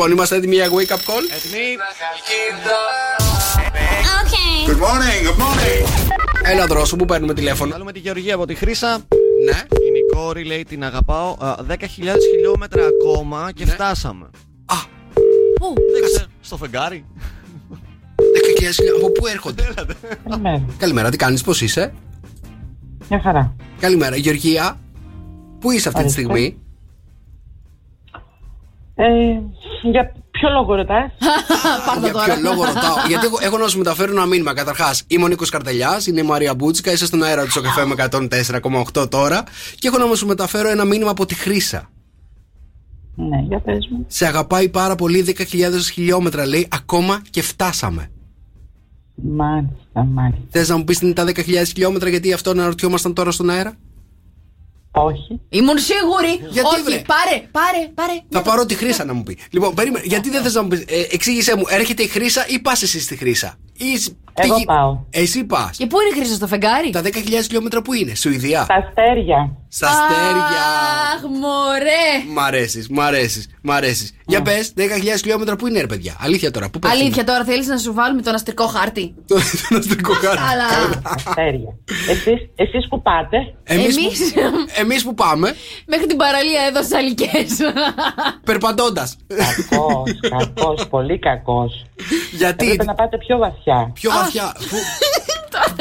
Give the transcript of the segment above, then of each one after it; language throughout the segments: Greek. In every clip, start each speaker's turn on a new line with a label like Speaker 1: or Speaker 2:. Speaker 1: Λοιπόν, είμαστε έτοιμοι για wake up call.
Speaker 2: Έτοιμοι.
Speaker 3: Okay.
Speaker 4: Good morning, good morning.
Speaker 1: Ένα δρόσο που παίρνουμε τηλέφωνο.
Speaker 2: Θέλουμε τη Γεωργία από τη Χρύσα.
Speaker 1: Ναι.
Speaker 2: Είναι η κόρη, λέει, την αγαπάω. Α, 10.000 χιλιόμετρα ακόμα και
Speaker 1: Ναι.
Speaker 2: φτάσαμε.
Speaker 3: Πού?
Speaker 2: Δεν ξέρω. Στο φεγγάρι.
Speaker 1: 10.000 χιλιάδες. από πού έρχονται.
Speaker 5: Καλημέρα.
Speaker 1: Καλημέρα, τι κάνεις, πώς είσαι.
Speaker 5: Ναι, Μια χαρά.
Speaker 1: Καλημέρα, Γεωργία. Πού είσαι αυτή τη
Speaker 5: Ευχαριστώ.
Speaker 1: στιγμή.
Speaker 5: Ε, για ποιο λόγο ρωτάς.
Speaker 3: Πάρτα
Speaker 1: Για ποιο
Speaker 3: τώρα.
Speaker 1: λόγο ρωτάω. Γιατί έχω, έχω να σου μεταφέρω ένα μήνυμα. Καταρχάς, είμαι ο Νίκος Καρτελιάς, είναι η Μαρία Μπούτσικα, είσαι στον αέρα του Σοκαφέ με 104,8 τώρα. Και έχω να σου μεταφέρω ένα μήνυμα από τη Χρύσα.
Speaker 5: ναι, για πες μου.
Speaker 1: Σε αγαπάει πάρα πολύ, 10.000 χιλιόμετρα λέει, ακόμα και φτάσαμε.
Speaker 5: Μάλιστα, μάλιστα.
Speaker 1: Θες να μου πεις τι είναι τα 10.000 χιλιόμετρα, γιατί αυτό να ρωτιόμασταν τώρα στον αέρα.
Speaker 5: Όχι.
Speaker 3: Ήμουν σίγουρη.
Speaker 1: Γιατί, βρε?
Speaker 3: Όχι, πάρε, πάρε, πάρε.
Speaker 1: Θα πάρω τη Χρύσα να μου πει. Λοιπόν, περίμενε. Γιατί δεν θες να μου πεις. Ε, εξήγησέ μου, έρχεται η Χρύσα ή πας εσύ στη Χρύσα. Ή, σ- τι
Speaker 5: Εγώ
Speaker 1: γι-
Speaker 5: πάω.
Speaker 1: Εσύ πας.
Speaker 3: Και πού είναι η Χρύσα στο φεγγάρι?
Speaker 1: Τα 10.000 χιλιόμετρα που είναι, Σουηδία.
Speaker 5: Τα αστέρια.
Speaker 1: Στα αστέρια.
Speaker 3: Αχ, μωρέ.
Speaker 1: Μ' αρέσεις, μ' αρέσεις, μ' αρέσεις. Για πε, 10.000 χιλιόμετρα που είναι, ρε παιδιά. Αλήθεια τώρα, πού πέφτει.
Speaker 3: Αλήθεια τώρα, θέλεις να σου βάλουμε τον αστρικό χάρτη.
Speaker 1: Το το αστρικό χάρτη.
Speaker 3: Αλλά
Speaker 5: Αστέρια. εσείς, εσείς που πάτε.
Speaker 1: Εμείς που-
Speaker 3: Εμείς.
Speaker 1: Εμείς που πάμε,
Speaker 3: μέχρι την παραλία εδώ στις αλικές.
Speaker 1: περπατώντας.
Speaker 5: Κακός, κακός, πολύ κακός.
Speaker 1: Γιατί.
Speaker 5: Πρέπει να πάτε πιο βαθιά.
Speaker 1: Πιο βαθιά. Πού-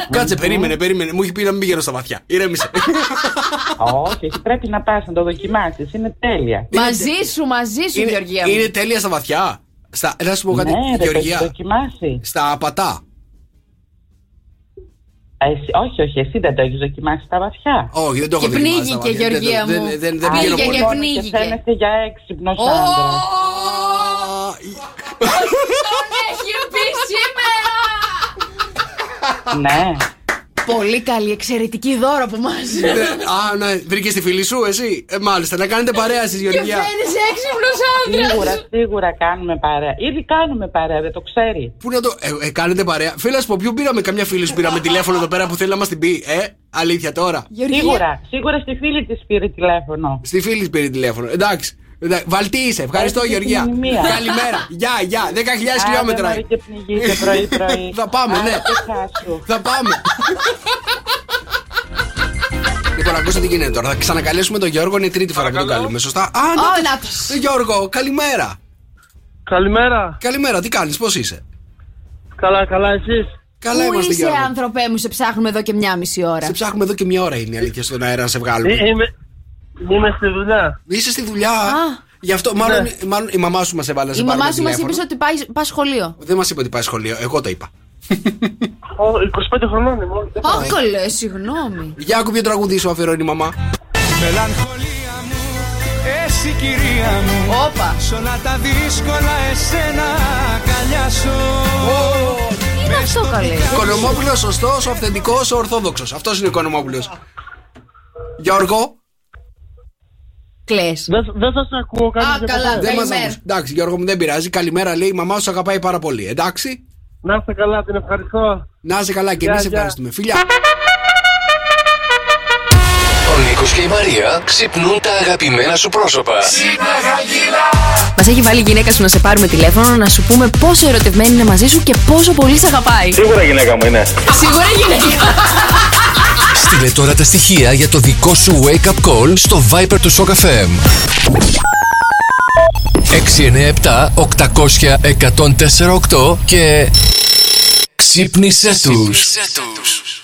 Speaker 1: Κάτσε, περίμενε, περίμενε. Μου έχει πει να μην πηγαίνω στα βαθιά. Ηρέμησε.
Speaker 5: Όχι, εσύ πρέπει να πας να το δοκιμάσεις. Είναι τέλεια.
Speaker 3: μαζί σου, μαζί σου,
Speaker 1: Είναι-
Speaker 3: Γεωργία. μου.
Speaker 1: Είναι τέλεια στα βαθιά. Στα, να σου πω κάτι,
Speaker 5: ναι, ρε, πρέπει να το
Speaker 1: Γεωργία.
Speaker 5: δοκιμάσει.
Speaker 1: Στα απατά.
Speaker 5: Εσύ, όχι, όχι, εσύ δεν το έχεις δοκιμάσει στα βαθιά.
Speaker 1: Όχι, δεν το έχω
Speaker 3: Και
Speaker 1: δοκιμάσει στα
Speaker 3: πνίγηκε,
Speaker 1: βαθιά. Δεν-
Speaker 3: Γεωργία
Speaker 1: δεν-
Speaker 3: μου.
Speaker 1: δεν- δεν- δεν
Speaker 3: Α,
Speaker 1: πηγαίνω
Speaker 3: και
Speaker 1: πολύ.
Speaker 3: Γεωργία. πνίγηκε.
Speaker 5: Και φαίνεσαι για έξυπνος
Speaker 3: Ω,
Speaker 5: άντρας.
Speaker 1: Α,
Speaker 3: Τον έχει πεις σήμερα!
Speaker 5: Ναι.
Speaker 3: Πολύ καλή, εξαιρετική δώρο από εμά.
Speaker 1: Ναι, Α, ναι, βρήκες τη φίλη σου, εσύ. Ε, μάλιστα, να κάνετε παρέα εσεί,
Speaker 3: Και
Speaker 1: Γεωργία.
Speaker 3: φαίνεσαι έξυπνος
Speaker 5: Σίγουρα,
Speaker 3: άντρας.
Speaker 5: σίγουρα κάνουμε παρέα. Ήδη κάνουμε παρέα, δεν το ξέρει.
Speaker 1: Πού να το. Ε, ε, κάνετε παρέα. Φίλα από ποιον πήραμε, καμιά φίλη σου πήραμε τηλέφωνο εδώ πέρα που θέλει να μας την πει. Ε, αλήθεια τώρα.
Speaker 5: Σίγουρα, σίγουρα στη φίλη της πήρε τηλέφωνο.
Speaker 1: Στη φίλη σου πήρε τηλέφωνο. Εντάξει. Εντάξει. Βαλτί είσαι. Ευχαριστώ,
Speaker 5: Ευχαριστώ
Speaker 1: Γεωργία.
Speaker 5: την μνημεία.
Speaker 1: Καλημέρα. Γεια, γεια. 10.000 χιλιόμετρα.
Speaker 5: Άντε, Μωρή, και πνιγείτε πρωί-πρωί.
Speaker 1: Θα πάμε, ναι.
Speaker 5: Άντε, χάσου.
Speaker 1: Θα πάμε. Λοιπόν, ακούστε τι γίνεται τώρα. Θα ξανακαλέσουμε τον Γιώργο. Είναι η τρίτη φορά που τον καλούμε. Σωστά. Α, ναι.
Speaker 3: Ω, να τους.
Speaker 1: Ε, Γιώργο, καλημέρα.
Speaker 6: Καλημέρα.
Speaker 1: Καλημέρα, τι κάνεις, πώς είσαι.
Speaker 6: Καλά, καλά, εσείς.
Speaker 1: Καλά
Speaker 3: Πού
Speaker 1: είμαστε,
Speaker 3: είσαι,
Speaker 1: Γιώργο.
Speaker 3: άνθρωπέ μου, σε ψάχνουμε εδώ και μια μισή ώρα.
Speaker 1: Σε ψάχνουμε εδώ και μια ώρα είναι η αλήθεια στον αέρα να σε βγάλουμε.
Speaker 6: Ε, Είμαι, είμαι στη δουλειά.
Speaker 1: Είσαι στη δουλειά. Γι' αυτό, μάλλον, μάλλον η μαμά σου μας έβαλε σε
Speaker 3: Η μαμά σου μας
Speaker 1: μας
Speaker 3: είπε ότι πάει, πας σχολείο.
Speaker 1: Δεν μας είπε ότι πάει σχολείο, εγώ το είπα.
Speaker 6: Ω, 25 χρονών είμαι. όχι, δεν πάω.
Speaker 3: Όκολε, συγγνώμη.
Speaker 1: Για άκου ποιο τραγούδι σου αφιερώνει η μαμά.
Speaker 7: Μελαγχολία μου, εσύ κυρία μου
Speaker 3: Όπα.
Speaker 7: Σ' όλα τα δύσκολα εσένα αγκαλιάσω
Speaker 3: Τι είναι αυτό, καλέ.
Speaker 1: Κονομόπουλος, σωστός, αυθεντικός, ορθόδοξος. Αυτός είναι ο Κονομόπουλος. Γιώργο,
Speaker 3: Κλε.
Speaker 6: Δεν δεν σας ακούω κάτι.
Speaker 3: Α,
Speaker 6: δεν
Speaker 3: καλά.
Speaker 6: καταλαβαίνω.
Speaker 1: δεν μας
Speaker 3: Καλημέρα.
Speaker 1: ακούσει. Εντάξει, Γιώργο μου δεν πειράζει. Καλημέρα, λέει η μαμά σου αγαπάει πάρα πολύ. Εντάξει.
Speaker 6: Να είστε καλά, την ευχαριστώ.
Speaker 1: Να είσαι καλά και
Speaker 6: Γεια,
Speaker 1: εμείς
Speaker 6: γεια.
Speaker 1: ευχαριστούμε. Φιλιά.
Speaker 8: Ο Νίκος και η Μαρία ξυπνούν τα αγαπημένα σου πρόσωπα.
Speaker 9: Μας έχει βάλει η γυναίκα σου να σε πάρουμε τηλέφωνο να σου πούμε πόσο ερωτευμένη είναι μαζί σου και πόσο πολύ σε αγαπάει.
Speaker 6: Σίγουρα γυναίκα μου είναι.
Speaker 3: Σίγουρα γυναίκα.
Speaker 8: Στείλε τώρα τα στοιχεία για το δικό σου wake up call στο Viber του Shock FM. 697 800 1048 και ξύπνησε τους.